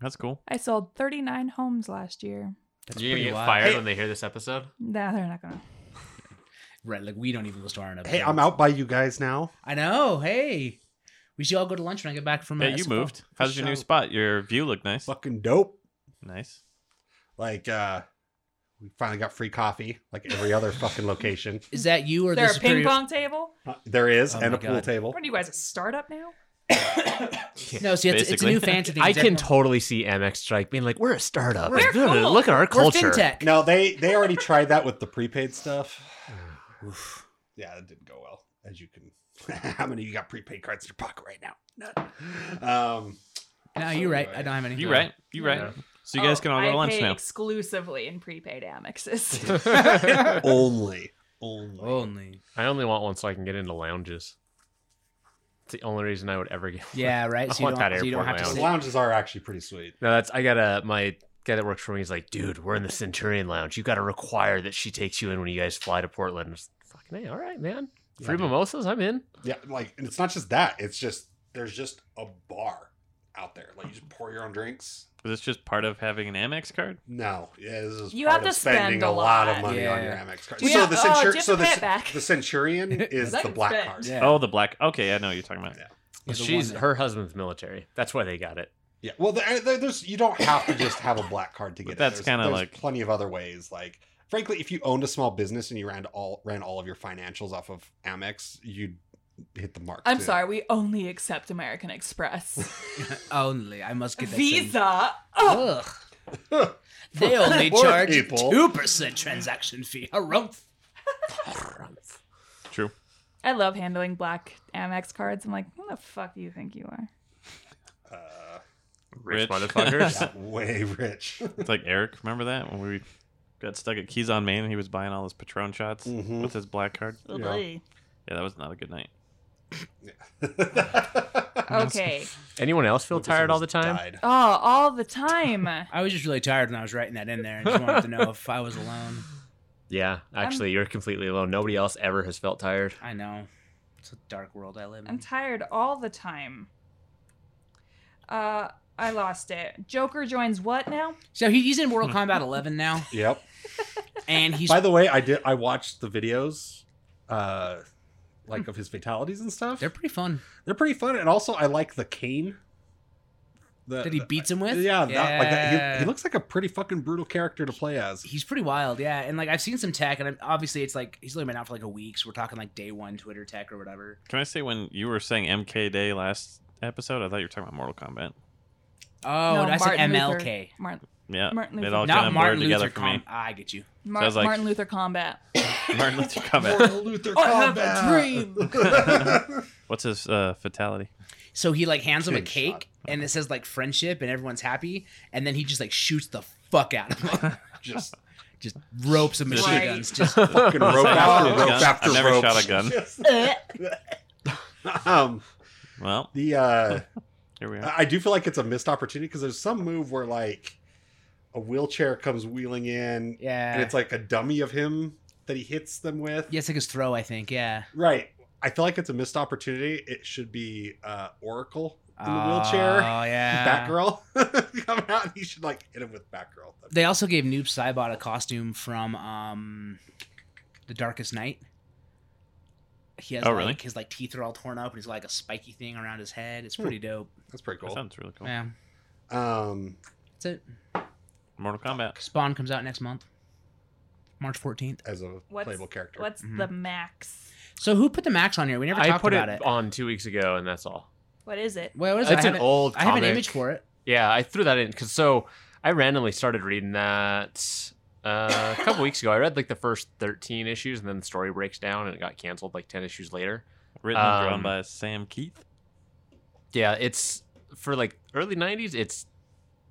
[SPEAKER 6] That's cool.
[SPEAKER 3] I sold 39 homes last year.
[SPEAKER 5] That's
[SPEAKER 4] You're gonna
[SPEAKER 5] pretty
[SPEAKER 4] get
[SPEAKER 5] wild.
[SPEAKER 4] fired when they hear this episode.
[SPEAKER 3] Nah, they're not gonna.
[SPEAKER 5] Right, like we don't even listen to our own
[SPEAKER 2] Hey,
[SPEAKER 5] episodes.
[SPEAKER 2] I'm out by you guys now.
[SPEAKER 5] I know. Hey, we should all go to lunch when I get back from.
[SPEAKER 6] Hey,
[SPEAKER 5] uh,
[SPEAKER 6] you
[SPEAKER 5] SFO.
[SPEAKER 6] moved. How's your new
[SPEAKER 2] sure.
[SPEAKER 6] spot? Your view looked nice.
[SPEAKER 2] Fucking dope.
[SPEAKER 6] Nice.
[SPEAKER 2] Like uh we finally got free coffee, like every other fucking
[SPEAKER 5] [LAUGHS]
[SPEAKER 2] location.
[SPEAKER 5] Is that you or
[SPEAKER 3] Is there
[SPEAKER 5] the
[SPEAKER 3] a ping
[SPEAKER 5] superior?
[SPEAKER 3] pong table?
[SPEAKER 2] Uh, there is,
[SPEAKER 5] Oh
[SPEAKER 2] and
[SPEAKER 5] my
[SPEAKER 2] a pool
[SPEAKER 5] God.
[SPEAKER 2] table.
[SPEAKER 3] What are you guys, a startup now?
[SPEAKER 5] No, see, it's, it's a
[SPEAKER 6] Basically.
[SPEAKER 5] new fancy thing.
[SPEAKER 4] I
[SPEAKER 5] It's
[SPEAKER 4] can
[SPEAKER 5] everyone-
[SPEAKER 4] totally see MX Strike being like, "We're a startup.
[SPEAKER 3] We're cool.
[SPEAKER 4] Look at our
[SPEAKER 5] We're
[SPEAKER 4] culture."
[SPEAKER 2] [LAUGHS]
[SPEAKER 5] fintech.
[SPEAKER 2] No, they they already tried that with the prepaid
[SPEAKER 5] [SIGHS]
[SPEAKER 2] stuff. Yeah, that didn't go well, as you can. [LAUGHS] How many of you got prepaid cards in your pocket right now? None. Um,
[SPEAKER 5] No, you're right. I don't have any.
[SPEAKER 6] You right? You right?
[SPEAKER 4] Yeah.
[SPEAKER 6] So you guys
[SPEAKER 3] Oh,
[SPEAKER 6] can all go
[SPEAKER 3] I
[SPEAKER 6] to lunch
[SPEAKER 3] pay
[SPEAKER 6] now.
[SPEAKER 3] Exclusively in
[SPEAKER 2] [LAUGHS]
[SPEAKER 3] prepaid Amexes.
[SPEAKER 2] only, only.
[SPEAKER 5] Only.
[SPEAKER 4] [LAUGHS] I only want one so I can get into lounges. It's the only reason I would ever get.
[SPEAKER 5] Yeah, right.
[SPEAKER 4] I
[SPEAKER 5] So you,
[SPEAKER 4] want
[SPEAKER 5] don't,
[SPEAKER 4] that
[SPEAKER 5] so you don't have
[SPEAKER 4] airport
[SPEAKER 5] to
[SPEAKER 4] lounge.
[SPEAKER 2] The
[SPEAKER 5] sit.
[SPEAKER 2] lounges are actually pretty sweet.
[SPEAKER 4] No, that's I got to my guy that works for me. He's like, dude, we're in the Centurion Lounge. You got to require that she takes you in when you guys fly to Portland. It's fucking hey, all right, man. Free
[SPEAKER 2] Yeah, dude.
[SPEAKER 4] mimosas, I'm in.
[SPEAKER 2] Yeah, like, and it's not just that. It's just there's just a bar out there. Like you just pour your own drinks.
[SPEAKER 6] Is this just part of having an Amex card?
[SPEAKER 2] No, yeah, this is
[SPEAKER 3] You
[SPEAKER 2] part
[SPEAKER 3] have to
[SPEAKER 2] of spending
[SPEAKER 3] spend a
[SPEAKER 2] a lot,
[SPEAKER 3] lot.
[SPEAKER 2] of money on your
[SPEAKER 5] Yeah.
[SPEAKER 2] Amex card.
[SPEAKER 3] We
[SPEAKER 2] so
[SPEAKER 3] have-
[SPEAKER 2] the
[SPEAKER 3] oh,
[SPEAKER 2] centur-
[SPEAKER 3] just
[SPEAKER 2] so the,
[SPEAKER 3] pay it back.
[SPEAKER 2] the
[SPEAKER 3] [LAUGHS]
[SPEAKER 2] Centurion is
[SPEAKER 3] I
[SPEAKER 2] the
[SPEAKER 3] can
[SPEAKER 2] black
[SPEAKER 3] spend.
[SPEAKER 2] card.
[SPEAKER 5] Yeah.
[SPEAKER 6] Oh, the black. Okay, I know what you're talking about.
[SPEAKER 2] Yeah.
[SPEAKER 5] You're the
[SPEAKER 4] She's
[SPEAKER 5] one that-
[SPEAKER 4] her husband's military. That's why they got it.
[SPEAKER 2] Yeah, well, there, there, there's you don't have to just have a black card to
[SPEAKER 6] But
[SPEAKER 2] get. it.
[SPEAKER 6] that's
[SPEAKER 2] There's-
[SPEAKER 6] kinda
[SPEAKER 2] there's
[SPEAKER 6] like-
[SPEAKER 2] plenty of other ways. Like, frankly, if you owned a small business and you ran all ran all of your financials off of Amex, you'd hit the mark.
[SPEAKER 3] I'm
[SPEAKER 2] too.
[SPEAKER 3] sorry, we only
[SPEAKER 2] [LAUGHS]
[SPEAKER 3] accept American Express.
[SPEAKER 5] Only. I must get that. sentence.
[SPEAKER 3] Visa. Ugh.
[SPEAKER 5] Ugh. They only
[SPEAKER 2] Poor
[SPEAKER 5] charge
[SPEAKER 2] people.
[SPEAKER 5] two percent transaction fee. Harumph.
[SPEAKER 6] True.
[SPEAKER 3] I love handling black Amex cards. I'm like, who the fuck do you think you are?
[SPEAKER 2] [LAUGHS]
[SPEAKER 6] Rich.
[SPEAKER 4] Rich motherfuckers.
[SPEAKER 2] Uh, Way rich.
[SPEAKER 6] It's like Eric. Remember that when we got stuck at Keys on Main and he was buying all his Patron shots
[SPEAKER 2] Mhm.
[SPEAKER 6] with his black card?
[SPEAKER 3] Oh,
[SPEAKER 2] Yeah. boy.
[SPEAKER 6] Yeah, that was not a good night.
[SPEAKER 3] Okay.
[SPEAKER 2] [LAUGHS]
[SPEAKER 4] Anyone else [LAUGHS] feel tired all the time?
[SPEAKER 2] Died.
[SPEAKER 3] Oh, all the time.
[SPEAKER 5] I was just really tired when I was writing that in there, and just wanted to know if I was alone. Um,
[SPEAKER 4] Yeah, actually, you're completely alone. Nobody else ever has felt tired.
[SPEAKER 5] I know. It's a dark world I live in.
[SPEAKER 3] I'm tired all the time. Uh, I lost it. Joker joins what now?
[SPEAKER 5] so he, he's in Mortal Kombat 11 now,
[SPEAKER 2] Yep.
[SPEAKER 5] and he's
[SPEAKER 2] By the way, I did. I watched the videos, uh, like of his fatalities and stuff.
[SPEAKER 5] they're
[SPEAKER 2] They're,
[SPEAKER 5] pretty fun.
[SPEAKER 2] pretty fun, and also I like the cane. The-
[SPEAKER 5] That he beats him with.
[SPEAKER 2] Yeah, That, like that. He,
[SPEAKER 5] Yeah.
[SPEAKER 2] he looks like a pretty fucking brutal character to play as.
[SPEAKER 5] He's pretty wild, yeah. And like I've seen some tech, and I'm, obviously it's like he's only been out for like a week, so we're talking like day one Twitter tech or whatever.
[SPEAKER 6] Can I say when you were saying MK Day last episode, I thought you were talking about Mortal Kombat.
[SPEAKER 5] Oh,
[SPEAKER 3] No,
[SPEAKER 5] and I said
[SPEAKER 3] Martin Luther-
[SPEAKER 5] MLK,
[SPEAKER 3] Martin,
[SPEAKER 6] Yeah,
[SPEAKER 3] Martin
[SPEAKER 6] it
[SPEAKER 3] Luther
[SPEAKER 6] all
[SPEAKER 3] King.
[SPEAKER 6] kind
[SPEAKER 5] not Martin
[SPEAKER 6] of blurred
[SPEAKER 5] Luther.
[SPEAKER 6] together for me.
[SPEAKER 5] Com- ah, I get you.
[SPEAKER 3] Mar-
[SPEAKER 6] Sounds like-
[SPEAKER 3] Martin Luther [LAUGHS] Combat.
[SPEAKER 6] Martin Luther Kombat.
[SPEAKER 2] Mortal Luther
[SPEAKER 5] Oh,
[SPEAKER 2] [LAUGHS]
[SPEAKER 6] What's his uh, fatality?
[SPEAKER 5] So he like hands him a
[SPEAKER 2] Good
[SPEAKER 5] cake,
[SPEAKER 2] shot.
[SPEAKER 5] and it says like friendship, and everyone's happy, and then he just like shoots the fuck out of him,
[SPEAKER 2] [LAUGHS] Just
[SPEAKER 5] just ropes of machine
[SPEAKER 3] Right.
[SPEAKER 5] guns, just
[SPEAKER 6] [LAUGHS]
[SPEAKER 2] fucking rope
[SPEAKER 6] I've
[SPEAKER 2] after
[SPEAKER 6] never shot a
[SPEAKER 2] rope
[SPEAKER 6] gun.
[SPEAKER 2] after
[SPEAKER 6] I've never
[SPEAKER 2] rope.
[SPEAKER 6] shot a gun.
[SPEAKER 3] Ugh.
[SPEAKER 2] [LAUGHS] um,
[SPEAKER 6] Well,
[SPEAKER 2] the uh,
[SPEAKER 6] here we are.
[SPEAKER 2] I I do feel like it's a missed opportunity because there's some move where like a wheelchair comes wheeling in, [LAUGHS]
[SPEAKER 5] yeah.
[SPEAKER 2] and it's like a dummy of him that he hits them with.
[SPEAKER 5] yeah, it's like his throw, I think. Yeah,
[SPEAKER 2] Right. I feel like it's a missed opportunity. It should be uh, Oracle in the wheelchair,
[SPEAKER 5] Oh
[SPEAKER 2] [LAUGHS]
[SPEAKER 5] yeah,
[SPEAKER 2] Batgirl [LAUGHS] come out, and he should like hit him with Batgirl.
[SPEAKER 5] They also gave Noob Saibot a costume from um, The Darkest Night. He has
[SPEAKER 6] Oh,
[SPEAKER 5] like,
[SPEAKER 6] really?
[SPEAKER 5] his like teeth are all torn up and he's got, like a spiky thing around his head.
[SPEAKER 4] Hmm.
[SPEAKER 5] It's pretty dope.
[SPEAKER 2] That's pretty
[SPEAKER 6] That
[SPEAKER 2] cool.
[SPEAKER 6] sounds really cool.
[SPEAKER 5] Yeah.
[SPEAKER 2] Um,
[SPEAKER 5] That's it.
[SPEAKER 6] Mortal Kombat.
[SPEAKER 5] Spawn comes out next month. March 14th.
[SPEAKER 2] as a
[SPEAKER 3] What's-
[SPEAKER 2] playable character.
[SPEAKER 3] What's
[SPEAKER 5] Mhm.
[SPEAKER 3] the max?
[SPEAKER 5] So who put the max on here? We never
[SPEAKER 4] I
[SPEAKER 5] talked
[SPEAKER 4] put
[SPEAKER 5] about
[SPEAKER 4] it,
[SPEAKER 5] it.
[SPEAKER 4] on two weeks ago, and that's all.
[SPEAKER 3] What is it?
[SPEAKER 5] Well, what is it?
[SPEAKER 4] It's
[SPEAKER 5] I
[SPEAKER 4] an
[SPEAKER 5] haven't-
[SPEAKER 4] old.
[SPEAKER 5] I have an
[SPEAKER 4] comic.
[SPEAKER 5] image for it.
[SPEAKER 4] Yeah, I threw that in because so I randomly started reading that uh, a couple weeks ago. I read like the first thirteen issues, and then the story breaks down, and it got canceled like ten issues later.
[SPEAKER 6] Written and drawn
[SPEAKER 4] Um,
[SPEAKER 6] by Sam Keith.
[SPEAKER 4] Yeah, it's for like early '90s. It's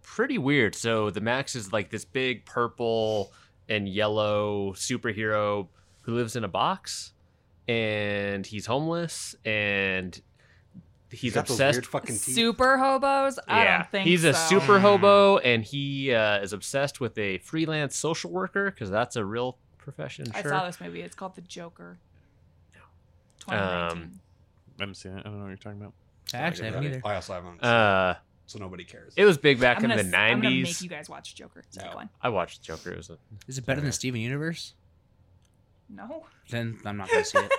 [SPEAKER 4] pretty weird. So the Max is like this big purple and yellow superhero who lives in a box, and he's homeless, and he's
[SPEAKER 2] got those
[SPEAKER 4] obsessed
[SPEAKER 2] Weird fucking teeth.
[SPEAKER 3] Super hobos? I
[SPEAKER 4] yeah.
[SPEAKER 3] don't think
[SPEAKER 4] he's a
[SPEAKER 3] so.
[SPEAKER 4] super hobo, and he uh, is obsessed with a freelance social worker because that's a real profession.
[SPEAKER 3] I
[SPEAKER 4] sure.
[SPEAKER 3] saw this movie. It's called The Joker.
[SPEAKER 4] Um,
[SPEAKER 3] 2019.
[SPEAKER 6] I haven't seen it. I don't know what you're talking about.
[SPEAKER 5] I actually haven't either.
[SPEAKER 2] I also haven't,
[SPEAKER 4] Uh,
[SPEAKER 2] so nobody cares.
[SPEAKER 4] it was big back
[SPEAKER 3] I'm gonna,
[SPEAKER 4] in the
[SPEAKER 3] s- I'm gonna make
[SPEAKER 4] '90s.
[SPEAKER 3] you guys watch Joker. So
[SPEAKER 2] No.
[SPEAKER 3] go on.
[SPEAKER 4] I watched Joker. It was a,
[SPEAKER 5] Is it better than Steven Universe?
[SPEAKER 3] No.
[SPEAKER 5] Then I'm
[SPEAKER 4] [LAUGHS]
[SPEAKER 5] not going to see it.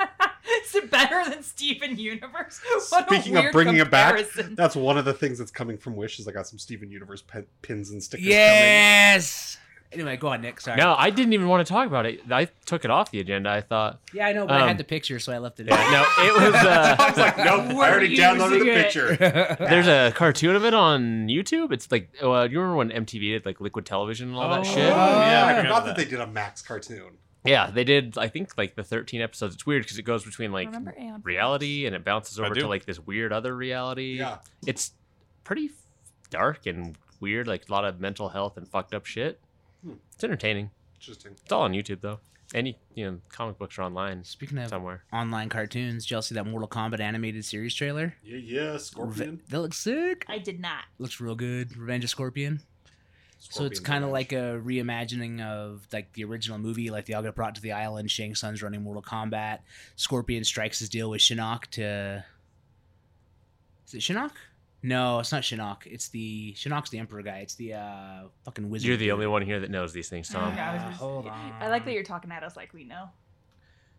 [SPEAKER 3] [LAUGHS] is it better than Steven Universe? [LAUGHS] What
[SPEAKER 2] Speaking
[SPEAKER 3] a
[SPEAKER 2] of
[SPEAKER 3] weird
[SPEAKER 2] bringing it back,
[SPEAKER 3] comparison.
[SPEAKER 2] That's one of the things that's coming from Wish is I got some Steven Universe pin, pins and stickers
[SPEAKER 5] yes. Anyway, go on, Nick. Sorry.
[SPEAKER 4] no, I didn't even want to talk about it. I took it off the agenda. I thought,
[SPEAKER 5] Yeah, I know, but I
[SPEAKER 4] Um,
[SPEAKER 5] had the picture, so I left it in.
[SPEAKER 4] yeah, no, it was.
[SPEAKER 2] coming. [LAUGHS] I
[SPEAKER 4] Uh,
[SPEAKER 2] was like, nope, I already
[SPEAKER 3] We're
[SPEAKER 2] downloaded
[SPEAKER 3] using
[SPEAKER 2] the
[SPEAKER 3] it.
[SPEAKER 2] picture.
[SPEAKER 4] there's a cartoon of it on YouTube. It's like, uh, you remember when MTV did like Liquid Television and all that
[SPEAKER 6] Oh.
[SPEAKER 4] shit?
[SPEAKER 6] yeah, I
[SPEAKER 2] I
[SPEAKER 6] remember
[SPEAKER 2] forgot that
[SPEAKER 6] that.
[SPEAKER 2] they did a Max cartoon.
[SPEAKER 4] Yeah, they did. I think like the 13 episodes. It's weird because it goes between like
[SPEAKER 3] Remember Aeon
[SPEAKER 4] reality and it bounces
[SPEAKER 6] I
[SPEAKER 4] over
[SPEAKER 6] do.
[SPEAKER 4] to like this weird other reality.
[SPEAKER 2] Yeah.
[SPEAKER 4] It's pretty f- dark and weird, like a lot of mental health and fucked up shit.
[SPEAKER 2] Hmm.
[SPEAKER 4] It's entertaining.
[SPEAKER 2] Interesting.
[SPEAKER 4] It's all on YouTube though. Any you know, comic books are
[SPEAKER 5] [LAUGHS]
[SPEAKER 4] online
[SPEAKER 5] Speaking of
[SPEAKER 4] somewhere.
[SPEAKER 5] online cartoons, did y'all see that Mortal Kombat animated series trailer?
[SPEAKER 2] Yeah, yeah, Scorpion.
[SPEAKER 5] Re- that looks sick.
[SPEAKER 3] I did not.
[SPEAKER 5] Looks real good. Revenge of Scorpion. so it's
[SPEAKER 2] Scorpion
[SPEAKER 5] kind of
[SPEAKER 2] Revenge.
[SPEAKER 5] like a reimagining of like the original movie, like they all get brought to the island. Shang Tsung's running Mortal Kombat. Scorpion strikes his deal with Shinnok to. Is it Shinnok? No, it's not Shinnok. It's the Shinnok's the Emperor guy. It's the uh fucking wizard.
[SPEAKER 4] You're the
[SPEAKER 5] dude.
[SPEAKER 4] only one here that knows these things, Tom.
[SPEAKER 3] Oh, Yeah, I was
[SPEAKER 5] Ah,
[SPEAKER 3] just-
[SPEAKER 5] hold
[SPEAKER 3] I like that
[SPEAKER 5] on.
[SPEAKER 3] you're talking at us like we know.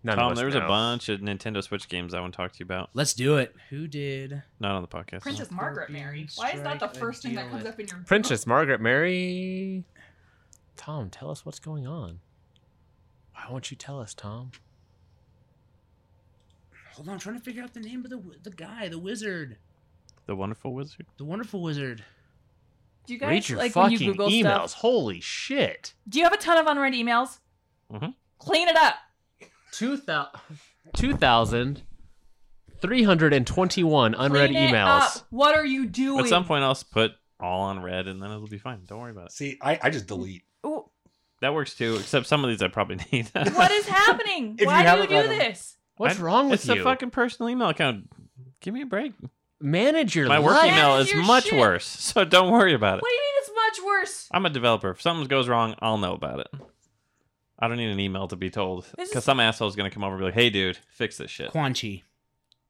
[SPEAKER 4] None of
[SPEAKER 6] Tom,
[SPEAKER 4] us
[SPEAKER 6] there was
[SPEAKER 4] know.
[SPEAKER 6] a bunch of Nintendo Switch games I want to talk to you about.
[SPEAKER 5] Let's do it. Who did?
[SPEAKER 6] Not on the podcast.
[SPEAKER 3] Princess Margaret Mary. Why is that the first thing that comes up in your
[SPEAKER 4] Princess Margaret Mary. Tom, tell us what's going on. Why won't you tell us, Tom?
[SPEAKER 5] Hold on, I'm trying to figure out the name of the the guy, the wizard,
[SPEAKER 6] The Wonderful Wizard.
[SPEAKER 5] the wonderful wizard.
[SPEAKER 3] Do you guys
[SPEAKER 4] Read your
[SPEAKER 3] like when you
[SPEAKER 4] fucking
[SPEAKER 3] Google
[SPEAKER 4] emails.
[SPEAKER 3] stuff?
[SPEAKER 4] Holy shit.
[SPEAKER 3] Do you have a ton of unread emails?
[SPEAKER 4] Mm-hmm.
[SPEAKER 6] Mhm.
[SPEAKER 3] Clean it up.
[SPEAKER 4] 2,321 unread
[SPEAKER 3] Clean it
[SPEAKER 4] emails.
[SPEAKER 3] up. What are you doing?
[SPEAKER 6] At some point, I'll s- put all on red, and then it'll be fine. Don't worry about it.
[SPEAKER 2] See, I, I just
[SPEAKER 5] [LAUGHS]
[SPEAKER 2] delete.
[SPEAKER 3] Ooh,
[SPEAKER 6] That works too. Except some of these I probably [LAUGHS] need.
[SPEAKER 3] What is
[SPEAKER 6] [LAUGHS]
[SPEAKER 3] happening?
[SPEAKER 2] If
[SPEAKER 3] Why
[SPEAKER 2] you
[SPEAKER 3] do you
[SPEAKER 2] haven't
[SPEAKER 3] do
[SPEAKER 2] read 'em.
[SPEAKER 3] this?
[SPEAKER 4] What's
[SPEAKER 6] I-
[SPEAKER 4] wrong with
[SPEAKER 6] it's
[SPEAKER 4] you?
[SPEAKER 6] a fucking personal email account. Give me a break.
[SPEAKER 4] Manage your
[SPEAKER 6] My work
[SPEAKER 4] life.
[SPEAKER 6] email
[SPEAKER 3] Manage
[SPEAKER 6] is
[SPEAKER 3] your
[SPEAKER 6] much
[SPEAKER 3] shit.
[SPEAKER 6] worse, [LAUGHS] so don't worry about it.
[SPEAKER 3] What do you mean it's much worse?
[SPEAKER 6] I'm a developer. If something goes wrong, I'll know about it. I don't need an email to be told
[SPEAKER 3] This is-
[SPEAKER 6] because some asshole's gonna come over and be like, "Hey, dude, fix this shit."
[SPEAKER 5] Quan Chi.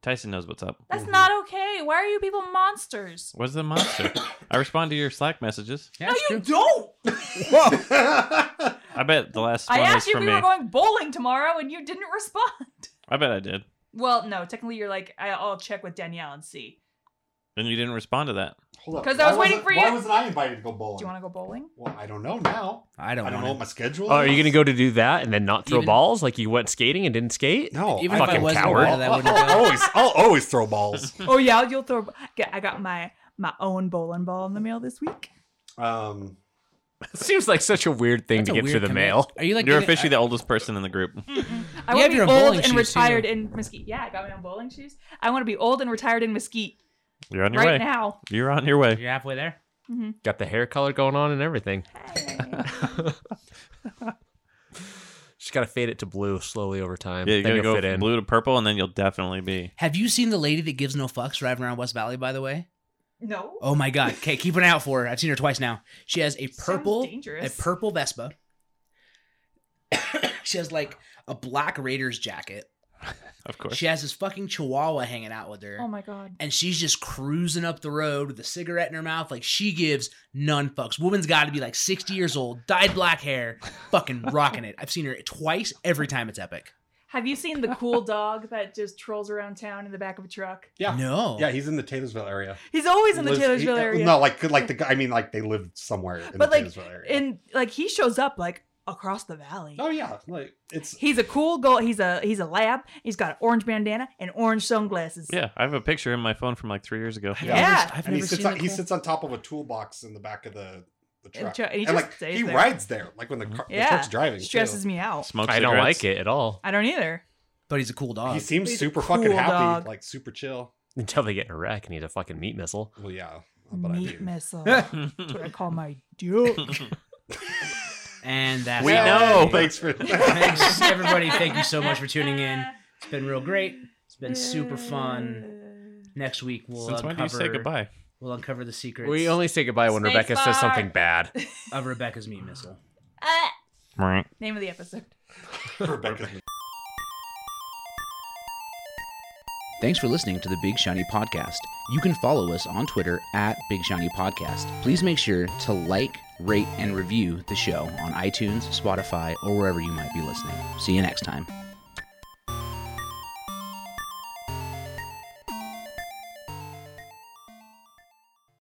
[SPEAKER 6] Tyson knows what's up.
[SPEAKER 3] That's not okay. Why are you people monsters?
[SPEAKER 6] What's the monster? I respond to your Slack messages.
[SPEAKER 5] Yeah,
[SPEAKER 3] No,
[SPEAKER 5] it's
[SPEAKER 3] you
[SPEAKER 5] true.
[SPEAKER 3] don't.
[SPEAKER 6] I bet the last
[SPEAKER 3] I
[SPEAKER 6] one was
[SPEAKER 3] asked you
[SPEAKER 6] for
[SPEAKER 3] if we
[SPEAKER 6] me.
[SPEAKER 3] were going bowling tomorrow and you didn't respond. [LAUGHS]
[SPEAKER 6] I bet I did,
[SPEAKER 3] Well, no, technically you're like, I- I'll check with Danielle and see.
[SPEAKER 6] and you didn't respond to that.
[SPEAKER 2] [LAUGHS] Hold up.
[SPEAKER 3] 'Cause I was
[SPEAKER 2] Why
[SPEAKER 3] waiting
[SPEAKER 2] wasn't-
[SPEAKER 3] for
[SPEAKER 2] Why
[SPEAKER 3] you.
[SPEAKER 2] wasn't I invited to go bowling?
[SPEAKER 3] Do you want to go bowling?
[SPEAKER 2] well, I don't know now.
[SPEAKER 5] I don't,
[SPEAKER 2] I don't know
[SPEAKER 5] want
[SPEAKER 2] what my schedule is.
[SPEAKER 4] Oh, are you going to go to do that and then not throw
[SPEAKER 5] Even-
[SPEAKER 4] balls like you went skating and didn't skate?
[SPEAKER 2] No.
[SPEAKER 5] Even
[SPEAKER 2] I
[SPEAKER 5] if I
[SPEAKER 4] fucking
[SPEAKER 5] wasn't
[SPEAKER 4] coward.
[SPEAKER 5] aware of that, I
[SPEAKER 3] [LAUGHS]
[SPEAKER 5] wouldn't
[SPEAKER 2] I'll
[SPEAKER 5] go.
[SPEAKER 2] always, I'll always throw [LAUGHS] balls.
[SPEAKER 5] Hmm.
[SPEAKER 3] oh yeah, you'll throw. Get, I got my my own bowling ball in the mail this week.
[SPEAKER 2] Um,
[SPEAKER 4] [LAUGHS] Seems like such a weird thing
[SPEAKER 5] That's a
[SPEAKER 4] to get through
[SPEAKER 5] weird
[SPEAKER 4] the
[SPEAKER 5] commit-
[SPEAKER 4] mail.
[SPEAKER 5] Are you like
[SPEAKER 6] You're
[SPEAKER 5] gonna-
[SPEAKER 6] officially the oldest person in the group.
[SPEAKER 3] I
[SPEAKER 5] You
[SPEAKER 3] want
[SPEAKER 5] have
[SPEAKER 3] to be
[SPEAKER 5] your own
[SPEAKER 3] old
[SPEAKER 5] bowling
[SPEAKER 3] and
[SPEAKER 5] shoes,
[SPEAKER 3] retired
[SPEAKER 5] too.
[SPEAKER 3] in Mesquite. Yeah, I got my own bowling shoes. I want to be old and retired in Mesquite
[SPEAKER 6] You're on your
[SPEAKER 3] right
[SPEAKER 5] [LAUGHS]
[SPEAKER 6] way.
[SPEAKER 3] now.
[SPEAKER 6] You're on your way.
[SPEAKER 5] You're halfway there.
[SPEAKER 4] Got the hair color going on and everything.
[SPEAKER 3] Hey.
[SPEAKER 4] Just got to fade it to blue slowly over time.
[SPEAKER 6] Yeah, you
[SPEAKER 4] then
[SPEAKER 6] gotta
[SPEAKER 4] you'll
[SPEAKER 6] go
[SPEAKER 4] fit
[SPEAKER 6] from
[SPEAKER 4] in.
[SPEAKER 6] blue to purple, and then you'll definitely be.
[SPEAKER 5] Have you seen the lady that gives no fucks driving around West Valley? By the way.
[SPEAKER 3] No.
[SPEAKER 5] Oh my god. Okay, keep an eye out for her. I've seen her twice now. She has a purple a
[SPEAKER 3] dangerous.
[SPEAKER 5] purple Vespa. [COUGHS] she has like a black Raiders jacket.
[SPEAKER 6] Of course.
[SPEAKER 5] She has this fucking chihuahua hanging out with her.
[SPEAKER 3] Oh my god.
[SPEAKER 5] and she's just cruising up the road with a cigarette in her mouth. Like she gives none fucks. Woman's got to be like 60 years old, dyed black hair, fucking rocking it. I've seen her twice. Every time it's epic.
[SPEAKER 3] Have you seen the [LAUGHS] cool dog that just trolls around town in the back of a truck?
[SPEAKER 2] yeah.
[SPEAKER 5] No.
[SPEAKER 2] Yeah, he's in the Taylorsville area.
[SPEAKER 3] He's always in the
[SPEAKER 2] Lives-
[SPEAKER 3] Taylorsville
[SPEAKER 2] he- uh,
[SPEAKER 3] area.
[SPEAKER 2] No, like like the guy. I mean, like they live somewhere in
[SPEAKER 3] But,
[SPEAKER 2] the
[SPEAKER 3] like,
[SPEAKER 2] Taylorsville area.
[SPEAKER 3] And like he shows up like across the valley.
[SPEAKER 2] oh yeah, like it's
[SPEAKER 3] He's a cool go. He's a he's a lab. He's got an orange bandana and orange sunglasses.
[SPEAKER 6] yeah, I have a picture in my phone from like three years ago.
[SPEAKER 5] I've
[SPEAKER 3] Yeah.
[SPEAKER 5] never- I've
[SPEAKER 2] and he
[SPEAKER 5] never
[SPEAKER 2] sits
[SPEAKER 5] seen
[SPEAKER 2] on,
[SPEAKER 5] that
[SPEAKER 2] he
[SPEAKER 5] cool-
[SPEAKER 2] sits on top of a toolbox in the back of the the
[SPEAKER 3] And,
[SPEAKER 2] truck.
[SPEAKER 3] tr- and he
[SPEAKER 2] and
[SPEAKER 3] just
[SPEAKER 2] like
[SPEAKER 3] stays
[SPEAKER 2] he
[SPEAKER 3] there.
[SPEAKER 2] rides there, like when the, car,
[SPEAKER 3] Yeah.
[SPEAKER 2] the truck's driving.
[SPEAKER 3] Stresses me out.
[SPEAKER 6] Smoke
[SPEAKER 4] I don't
[SPEAKER 6] cigarettes.
[SPEAKER 4] like it at all [LAUGHS]
[SPEAKER 3] I don't either.
[SPEAKER 5] But he's a cool
[SPEAKER 2] too.
[SPEAKER 5] dog.
[SPEAKER 2] He seems
[SPEAKER 3] He's a
[SPEAKER 2] super fucking
[SPEAKER 3] cool
[SPEAKER 2] happy,
[SPEAKER 3] dog.
[SPEAKER 2] like super chill.
[SPEAKER 4] until they get in a wreck and need a fucking meat missile.
[SPEAKER 2] Well, yeah, but I
[SPEAKER 3] Meat
[SPEAKER 2] mean,
[SPEAKER 3] missile. That's uh, what I call my duke.
[SPEAKER 5] and that's
[SPEAKER 6] We
[SPEAKER 5] all.
[SPEAKER 6] know.
[SPEAKER 2] Thanks [LAUGHS] for
[SPEAKER 5] Thanks, everybody. Thank you so much for tuning in. It's been real great. It's been super fun. Next week we'll
[SPEAKER 6] [LAUGHS] Since when
[SPEAKER 5] uncover
[SPEAKER 6] do you say goodbye?
[SPEAKER 5] we'll uncover the secrets
[SPEAKER 4] We only say goodbye when
[SPEAKER 3] Space
[SPEAKER 4] Rebecca says
[SPEAKER 3] bar.
[SPEAKER 4] something bad.
[SPEAKER 5] of Rebecca's meat missile.
[SPEAKER 3] Ah,
[SPEAKER 6] Right.
[SPEAKER 3] name of the episode.
[SPEAKER 2] Rebecca.
[SPEAKER 5] Thanks for listening to the Big Shiny Podcast. You can follow us on Twitter at Big Shiny Podcast. Please make sure to like, rate, and review the show on iTunes, Spotify, or wherever you might be listening. See you next time.